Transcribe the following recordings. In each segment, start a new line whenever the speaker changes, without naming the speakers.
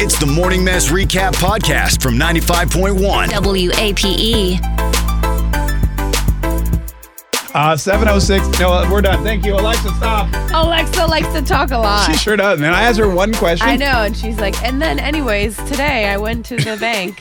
It's the Morning Mess Recap Podcast from 95.1.
WAPE.
Uh, 706. No, we're done. Thank you. Alexa, stop.
Alexa likes to talk a lot.
She sure does. And I asked her one question.
I know, and she's like, and then, anyways, today I went to the bank.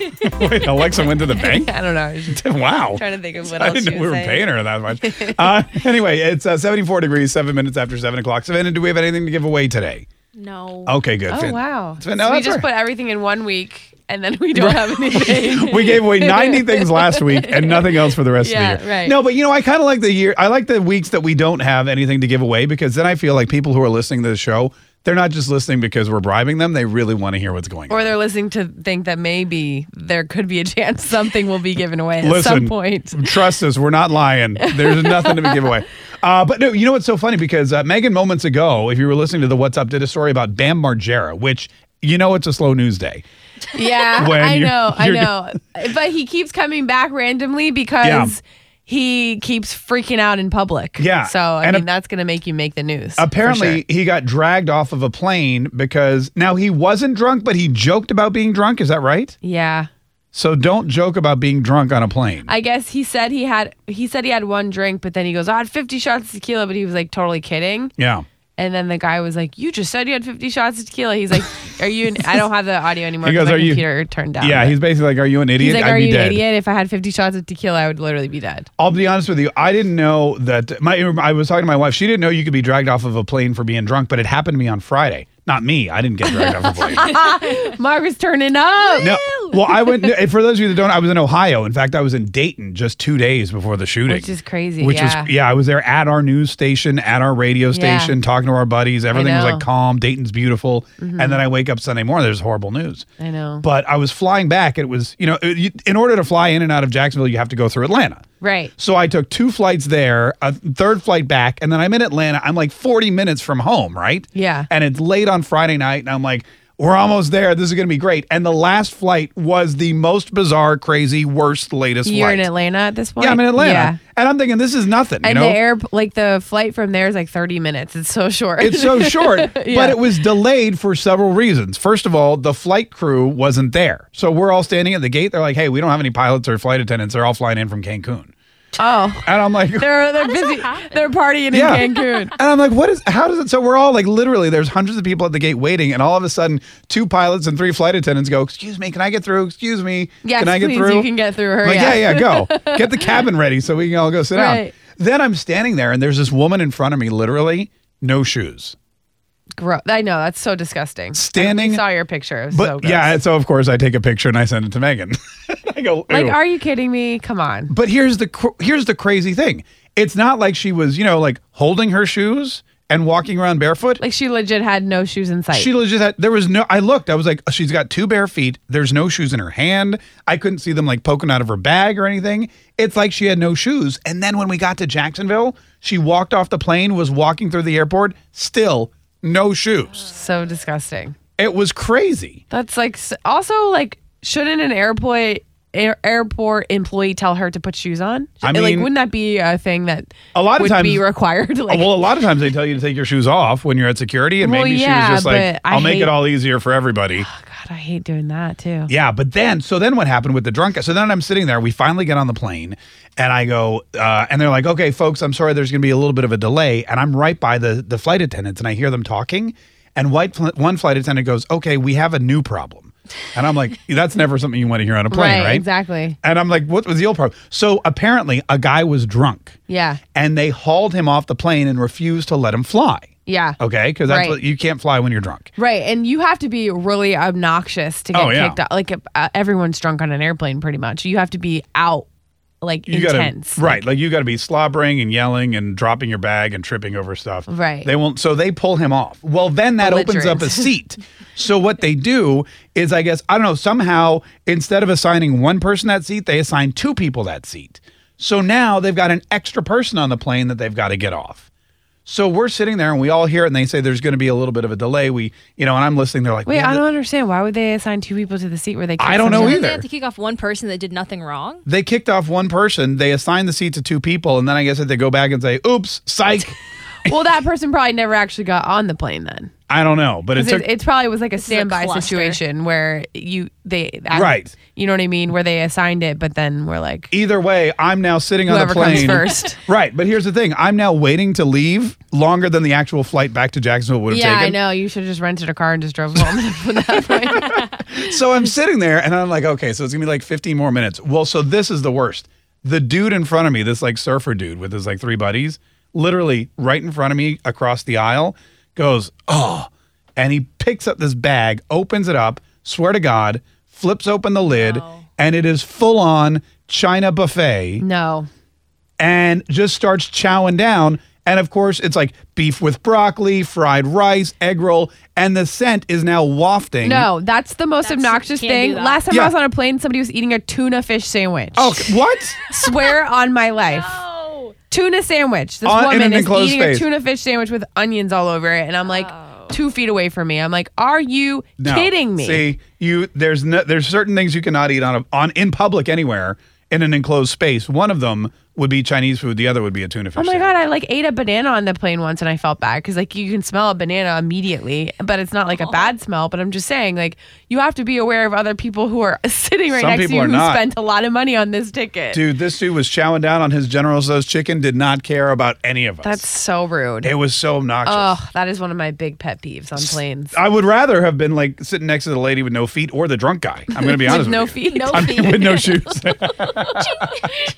Wait, Alexa went to the bank?
I don't know. I was just
wow.
trying to think of what
I
else
didn't
she
know
was
we were
saying.
paying her that much. Uh, anyway, it's uh, 74 degrees, seven minutes after seven o'clock. Savannah, do we have anything to give away today?
No.
Okay, good.
Oh
Fan-
wow.
Fan- no,
So we
that's
just
all
put everything in one week, and then we don't have anything.
we gave away 90 things last week and nothing else for the rest of
Yeah,
the year.
right.
No, but you know, I kind of like the year. I like the weeks that we don't have anything to give away because then I feel like people who are listening to the show, they're not just listening because we're bribing them. They really want to hear what's going on.
or they're listening to think that maybe there could be a chance something will be given away at
Listen.
some point.
Trust us, we're not lying. There's nothing to give away. Uh, but no, you know what's so funny because uh, Megan moments ago, if you were listening to the What's Up, did a story about Bam Margera, which you know it's a slow news day.
Yeah,
When
I
you're-
know, I
you're-
know. But he keeps coming back randomly because
Yeah.
he keeps freaking out in public.
Yeah,
So I
and
mean,
ap-
that's gonna make you make the news. for
Apparently, he got dragged off of a plane because now he wasn't drunk, but he joked about being drunk. Is that right?
sure. yeah.
So don't joke about being drunk on a plane.
I guess he said he had he said he had one drink, but then he goes, "Oh, "I had 50 shots of tequila," but he was like totally kidding.
yeah.
And then the guy was like, "You just said you had 50 shots of tequila." He's like, "Are you?" An- I don't have the audio anymore.
He
'cause
goes,
my
"Are you-"
computer turned down.
Yeah,
but
he's basically like, Are you an idiot?
he's like,
I'd
"Are
be
you
dead.
an idiot? If I had 50 shots of tequila, I would literally be dead."
I'll be honest with you. I didn't know that. My, I was talking to my wife. She didn't know you could be dragged off of a plane for being drunk, but it happened to me on Friday. Not me. I didn't get dragged off a plane.
Mark was turning up.
No. Well, I went. For those of you that don't, I was in Ohio. In fact, I was in Dayton just two days before the shooting,
Which is crazy,
Which
yeah.
was yeah. I was there at our news station, at our radio
Yeah.
station, talking to our buddies. Everything was
know. Mm-hmm.
like calm. Dayton's beautiful, and then I wake up Sunday morning. There's horrible news.
I know.
But I was flying back. It was you know, it, you, in order to fly in and out of Jacksonville, you have to go through Atlanta.
Right.
So I took two flights there, a third flight back, and then I'm in Atlanta. I'm like 40 minutes from home, right?
Yeah.
And it's late on Friday night, and I'm like, we're almost there. This is going to be great. And the last flight was the most bizarre, crazy, worst, latest
You're
flight.
in Atlanta at this point.
Yeah, I'm in Atlanta.
Yeah.
And I'm thinking, this is nothing.
And
you know?
the air, like the flight from there is like 30 minutes. It's so short.
It's so short, but it was delayed for several reasons. First of all, the flight crew wasn't there. So we're all standing at the gate. They're like, hey, we don't have any pilots or flight attendants. They're all flying in from Cancun.
oh,
And I'm like,
they're they're busy. They're partying
Yeah.
in Cancun.
And I'm like, what is, how does it? So we're all like, literally, there's hundreds of people at the gate waiting, and all of a sudden, two pilots and three flight attendants go, Excuse me, can I get through? Excuse me,
Yes,
can I get
please,
through?
you can get through.
I'm
Hurry
like,
up.
yeah, yeah, go. Get the cabin ready so we can all go sit down.
Right.
Then I'm standing there, and there's this woman in front of me, literally, no shoes.
Gro- I know that's so disgusting.
Standing-
I saw your picture. It was so
But
gross.
yeah, and so of course, I take a picture and I send it to Megan. I go,
Like,
"Ew."
are you kidding me? Come on.
But here's the cr- here's the crazy thing. It's not like she was, you know, like holding her shoes and walking around barefoot.
Like she legit had no shoes in sight.
She legit had, there was no, I looked, I was like, she's got two bare feet. There's no shoes in her hand. I couldn't see them like poking out of her bag or anything. It's like she had no shoes. And then when we got to Jacksonville, she walked off the plane, was walking through the airport, still no shoes.
so disgusting.
It was crazy.
That's like s- also like shouldn't an airport air, airport employee tell her to put shoes on?
I
like
mean-
wouldn't that be a thing that
A lot of
would be
times-
required? Like
well, a lot of times they tell you to take your shoes off when you're at security. And
Well,
maybe
yeah,
she was just like,
but I
I'll make it
hate-
all easier for everybody.
God, I hate doing that too.
Yeah, but then so then what happened with the drunk? So then I'm sitting there. We finally get on the plane, and I go, uh, and they're like, "Okay, folks, I'm sorry. There's going to be a little bit of a delay." And I'm right by the the flight attendants, and I hear them talking. And white fl- one flight attendant goes, "Okay, we have a new problem," and I'm like, "That's never something you want to hear on a plane, right?"
Exactly.
And I'm like, "What was the old problem?" So apparently, a guy was drunk,
Yeah.
and they hauled him off the plane and refused to let him fly.
Yeah.
Okay, because that's
Right.
what, you can't fly when you're drunk.
Right, and you have to be really obnoxious to get
Oh, yeah.
kicked out. Like uh, everyone's drunk on an airplane, pretty much. You have to be out, like
you
intense.
gotta right like you gotta be slobbering and yelling and dropping your bag and tripping over stuff
Right.
they won't so they pull him off well then that opens up a
Belligerent.
seat so what they do is i guess i don't know somehow instead of assigning one person that seat they assign two people that seat so now they've got an extra person on the plane that they've got to get off so we're sitting there and we all hear it and they say there's going to be a little bit of a delay we you know and i'm listening they're like
Wait,
"Man,
I
th-
don't understand. Why would they assign two people to the seat where they?
I
kick
don't know
someone?
either.
Didn't They have to kick off one person that did nothing wrong.
they kicked off one person they assigned the seat to two people and then i guess that they go back and say oops psych
Well, that person probably never actually got on the plane then.
I don't know, but it
It's,
took.
it, probably was like a
is a
standby
cluster.
situation where you they I-
Right.
You know what I mean? Where they assigned it, but then we're like
either way, I'm now sitting on the
whoever comes
plane.
first.
Right, but here's the thing: I'm now waiting to leave longer than the actual flight back to Jacksonville would have
yeah, I
taken.
know. You should have just rented a car and just drove home.
So I'm sitting there, and I'm like, okay, so it's gonna be like 15 more minutes. Well, so this is the worst. The dude in front of me, this like surfer dude with his like three buddies, literally right in front of me across the aisle, goes, oh, and he picks up this bag, opens it up, swear to God, flips open the lid, and it is full on China buffet.
no.
and just starts chowing down. And of course, it's like beef with broccoli, fried rice, egg roll, and the scent is now wafting.
No, that's the most
Mm-hmm. That's-
obnoxious
can't
thing.
do that.
Last time
Yeah.
I was on a plane, somebody was eating a tuna fish sandwich.
Oh, c- what?
Swear on my life.
Oh,
Tuna sandwich. This
On- in an
woman is
enclosed
eating
space.
a tuna fish sandwich with onions all over it. And I'm like,
Oh.
two feet away from me. I'm like, are you
No.
kidding me?
See, you there's no, there's certain things you cannot eat on a, on in public anywhere in an enclosed space. One of them would be Chinese food. The other would be a tuna fish.
Oh my
sandwich.
god! I like ate a banana on the plane once, and I felt bad because like you can smell a banana immediately, but it's not like
Oh.
a bad smell. But I'm just saying, like you have to be aware of other people who are sitting right
Some
next to
people
you
are
who
not.
spent a lot of money on this ticket.
Dude, this dude was chowing down on his General Tso's chicken. Did not care about any of us.
That's so rude.
it was so obnoxious.
Oh, that is one of my big pet peeves on planes.
I would rather have been like sitting next to the lady with no feet or the drunk guy. I'm going to be honest
With no
with you.
feet.
no
I
feet.
mean, with no shoes.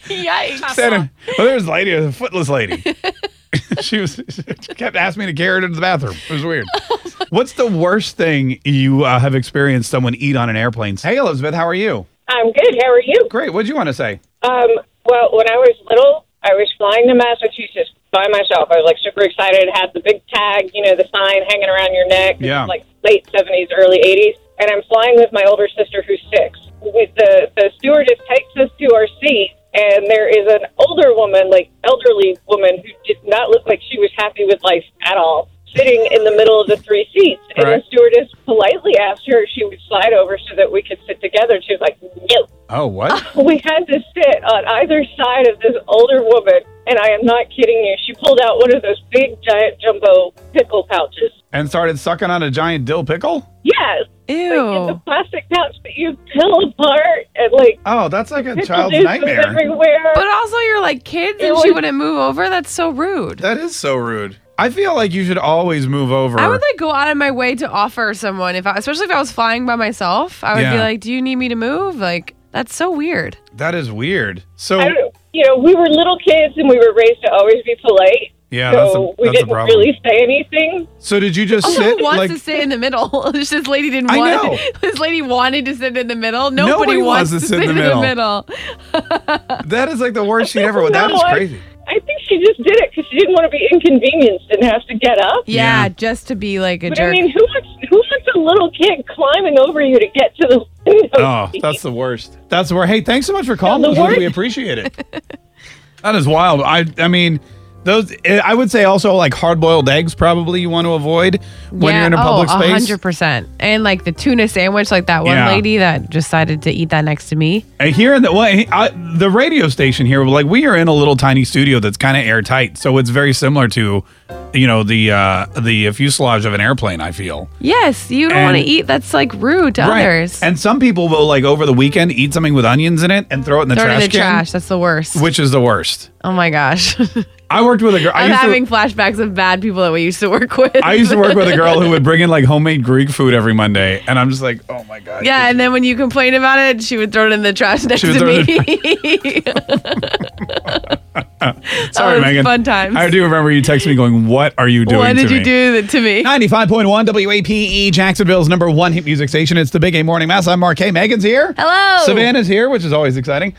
Yikes.
Santa- well, there was a lady, a footless lady. she was she kept asking me to carry her to the bathroom. It was weird. What's the worst thing you uh, have experienced someone eat on an airplane? Hey, Elizabeth, how are you?
I'm good. How are you?
Great. What'd you want to say?
Um, well, when I was little, I was flying to Massachusetts by myself. I was like super excited, had the big tag, you know, the sign hanging around your neck. This
Yeah.
is, Like late 70s, early 80s. And I'm flying with my older sister who's six. With the, the stewardess takes us to our seat, and there is an older woman, like elderly woman, who did not look like she was happy with life at all, sitting in the middle of the three seats. And
Right.
the stewardess politely asked her if she would slide over so that we could sit together. She was like, no.
Oh, what?
We had to sit on either side of this older woman, and I am not kidding you. She pulled out one of those big, giant, jumbo pickle pouches.
and started sucking on a giant dill pickle?
Yes, like in the
Ew.
plastic pouch that you peel apart, and like
Oh, that's like a
pickle
child's
juice was
nightmare.
everywhere.
But also, you're like kids, and
It
she
was-
wouldn't move over. That's so rude.
That is so rude. I feel like you should always move over.
I would like go out of my way to offer someone if I, especially if I was flying by myself, I would be
Yeah.
like, "Do you need me to move?" Like that's so weird.
that is weird. So,
I don't, you know, we were little kids, and we were raised to always be polite.
yeah, that's
so
a,
we
that's a
didn't
problem.
really say anything.
so, did you just
Oh,
Who
sit?
wants
like,
to sit in the middle? this lady didn't
I
want.
know.
This lady wanted to sit in the middle. Nobody,
Nobody
wants to sit, in the middle.
that is like the worst she'd ever. That
No,
is
I-
crazy.
I think she just did it because she didn't want to be inconvenienced and have to get up.
Yeah,
Yeah.
just to be like a
But
jerk.
I mean, who wants who wants a little kid climbing over you to get to the window?
Oh,
seat?
that's the worst. That's the worst. Hey, thanks so much for calling.
the
us.
worst.
We appreciate it. that is wild. I I mean, those. eh, I would say also like hard boiled eggs. Probably you want to avoid when
yeah,
you're in a public
oh,
space.
100%. And like the tuna sandwich, like that one
Yeah.
lady that decided to eat that next to me.
And Eh, Here in the well, I, the radio station here, like we are in a little tiny studio that's kind of airtight, so it's very similar to, you know, the uh the fuselage of an airplane. I feel.
Yes, you don't
And-
want to eat. That's like rude to others.
And some people will like over the weekend eat something with onions in it and throw it in the
Throw it in
trash
the
can,
trash. That's the worst.
which is the worst.
oh my gosh.
I worked with a girl. I
I'm
used to-
having flashbacks of bad people that we used to work with.
I used to work with a girl who would bring in like homemade Greek food every Monday, and I'm just like, oh my god.
Yeah, and then when you complain about it, she would throw it in the trash next
would
to
throw
me.
it in sorry,
oh, it was
Megan.
Fun times.
I do remember you texting me going, "What are you doing?"
Why
to
did you
me?"
do that to me?
95.1 WAPE, E, Jacksonville's number one hit music station. It's the Big A Morning Mass. I'm Mark K. Megan's here.
Hello.
Savannah's here, which is always exciting.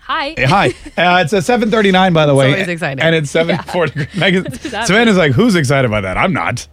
Hi.
Hey, hi. Uh, it's a 7:39, by the way.
always exciting.
And it's 7:40. Megan,
exactly.
Savannah's like, who's excited by that? I'm not.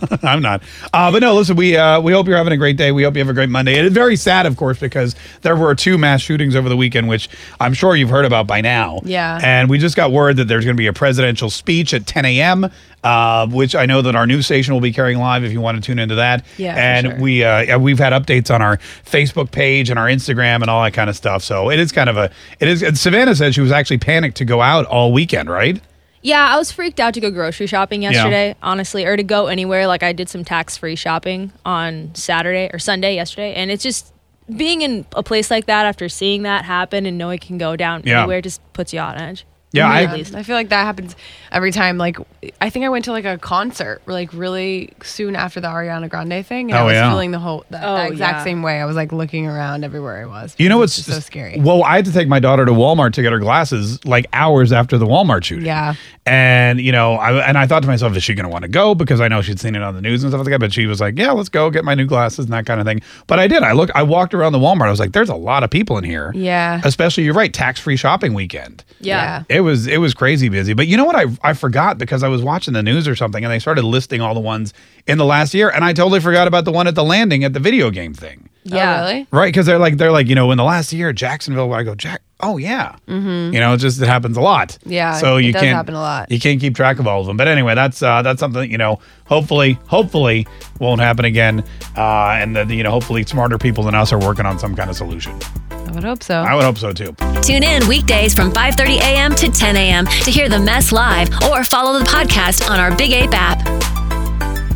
I'm not. Uh, but no, listen, we uh, we hope you're having a great day. We hope you have a great Monday. And it's very sad, of course, because there were two mass shootings over the weekend, which I'm sure you've heard about by now.
Yeah.
And we just got word that there's going to be a presidential speech at 10 a.m., uh, which I know that our news station will be carrying live if you want to tune into that.
Yeah, for
And
sure.
we uh, yeah, we've had updates on our Facebook page and our Instagram and all that kind of stuff. So it is kind of a it is. And Savannah said she was actually panicked to go out all weekend, right?
Yeah, I was freaked out to go grocery shopping yesterday, honestly, or to go anywhere. Like I did some tax-free shopping on Saturday or Sunday yesterday, and it's just being in a place like that after seeing that happen and knowing it can go down
Yeah.
anywhere just puts you on edge.
Yeah, I-
at least.
I feel like that happens every time. Like, I think I went to like a concert like really soon after the Ariana Grande thing, and
Oh,
I was
yeah.
feeling the whole that,
Oh,
that exact
yeah.
same way. I was like looking around everywhere I was.
You know
It
what's
was just so scary?
Well, I had to take my daughter to Walmart to get her glasses like hours after the Walmart shooting.
Yeah.
And you know, I and I thought to myself, is she going to want to go? Because I know she'd seen it on the news and stuff like that. But she was like, yeah, let's go get my new glasses and that kind of thing. But I did. I looked. I walked around the Walmart. I was like, there's a lot of people in here.
Yeah.
Especially you're right, tax free shopping weekend.
Yeah.
It was it was crazy busy. But you know what I I forgot because I was watching the news or something and they started listing all the ones in the last year and I totally forgot about the one at the landing at the video game thing.
Yeah.
Oh, really?
Right, because they're like they're like you know in the last year Jacksonville. I go Jack. Oh yeah, you know it just it happens a lot.
Mm-hmm. Yeah,
so
it
you
does
can't
happen a lot.
You can't keep track of all of them. But anyway, that's uh, that's something that, you know. Hopefully, hopefully won't happen again. Uh, and that you know hopefully smarter people than us are working on some kind of solution.
I would hope so.
I would hope so too.
Tune in weekdays from 5:30 a.m. to 10 a.m. to hear the mess live or follow the podcast on our Big Ape app.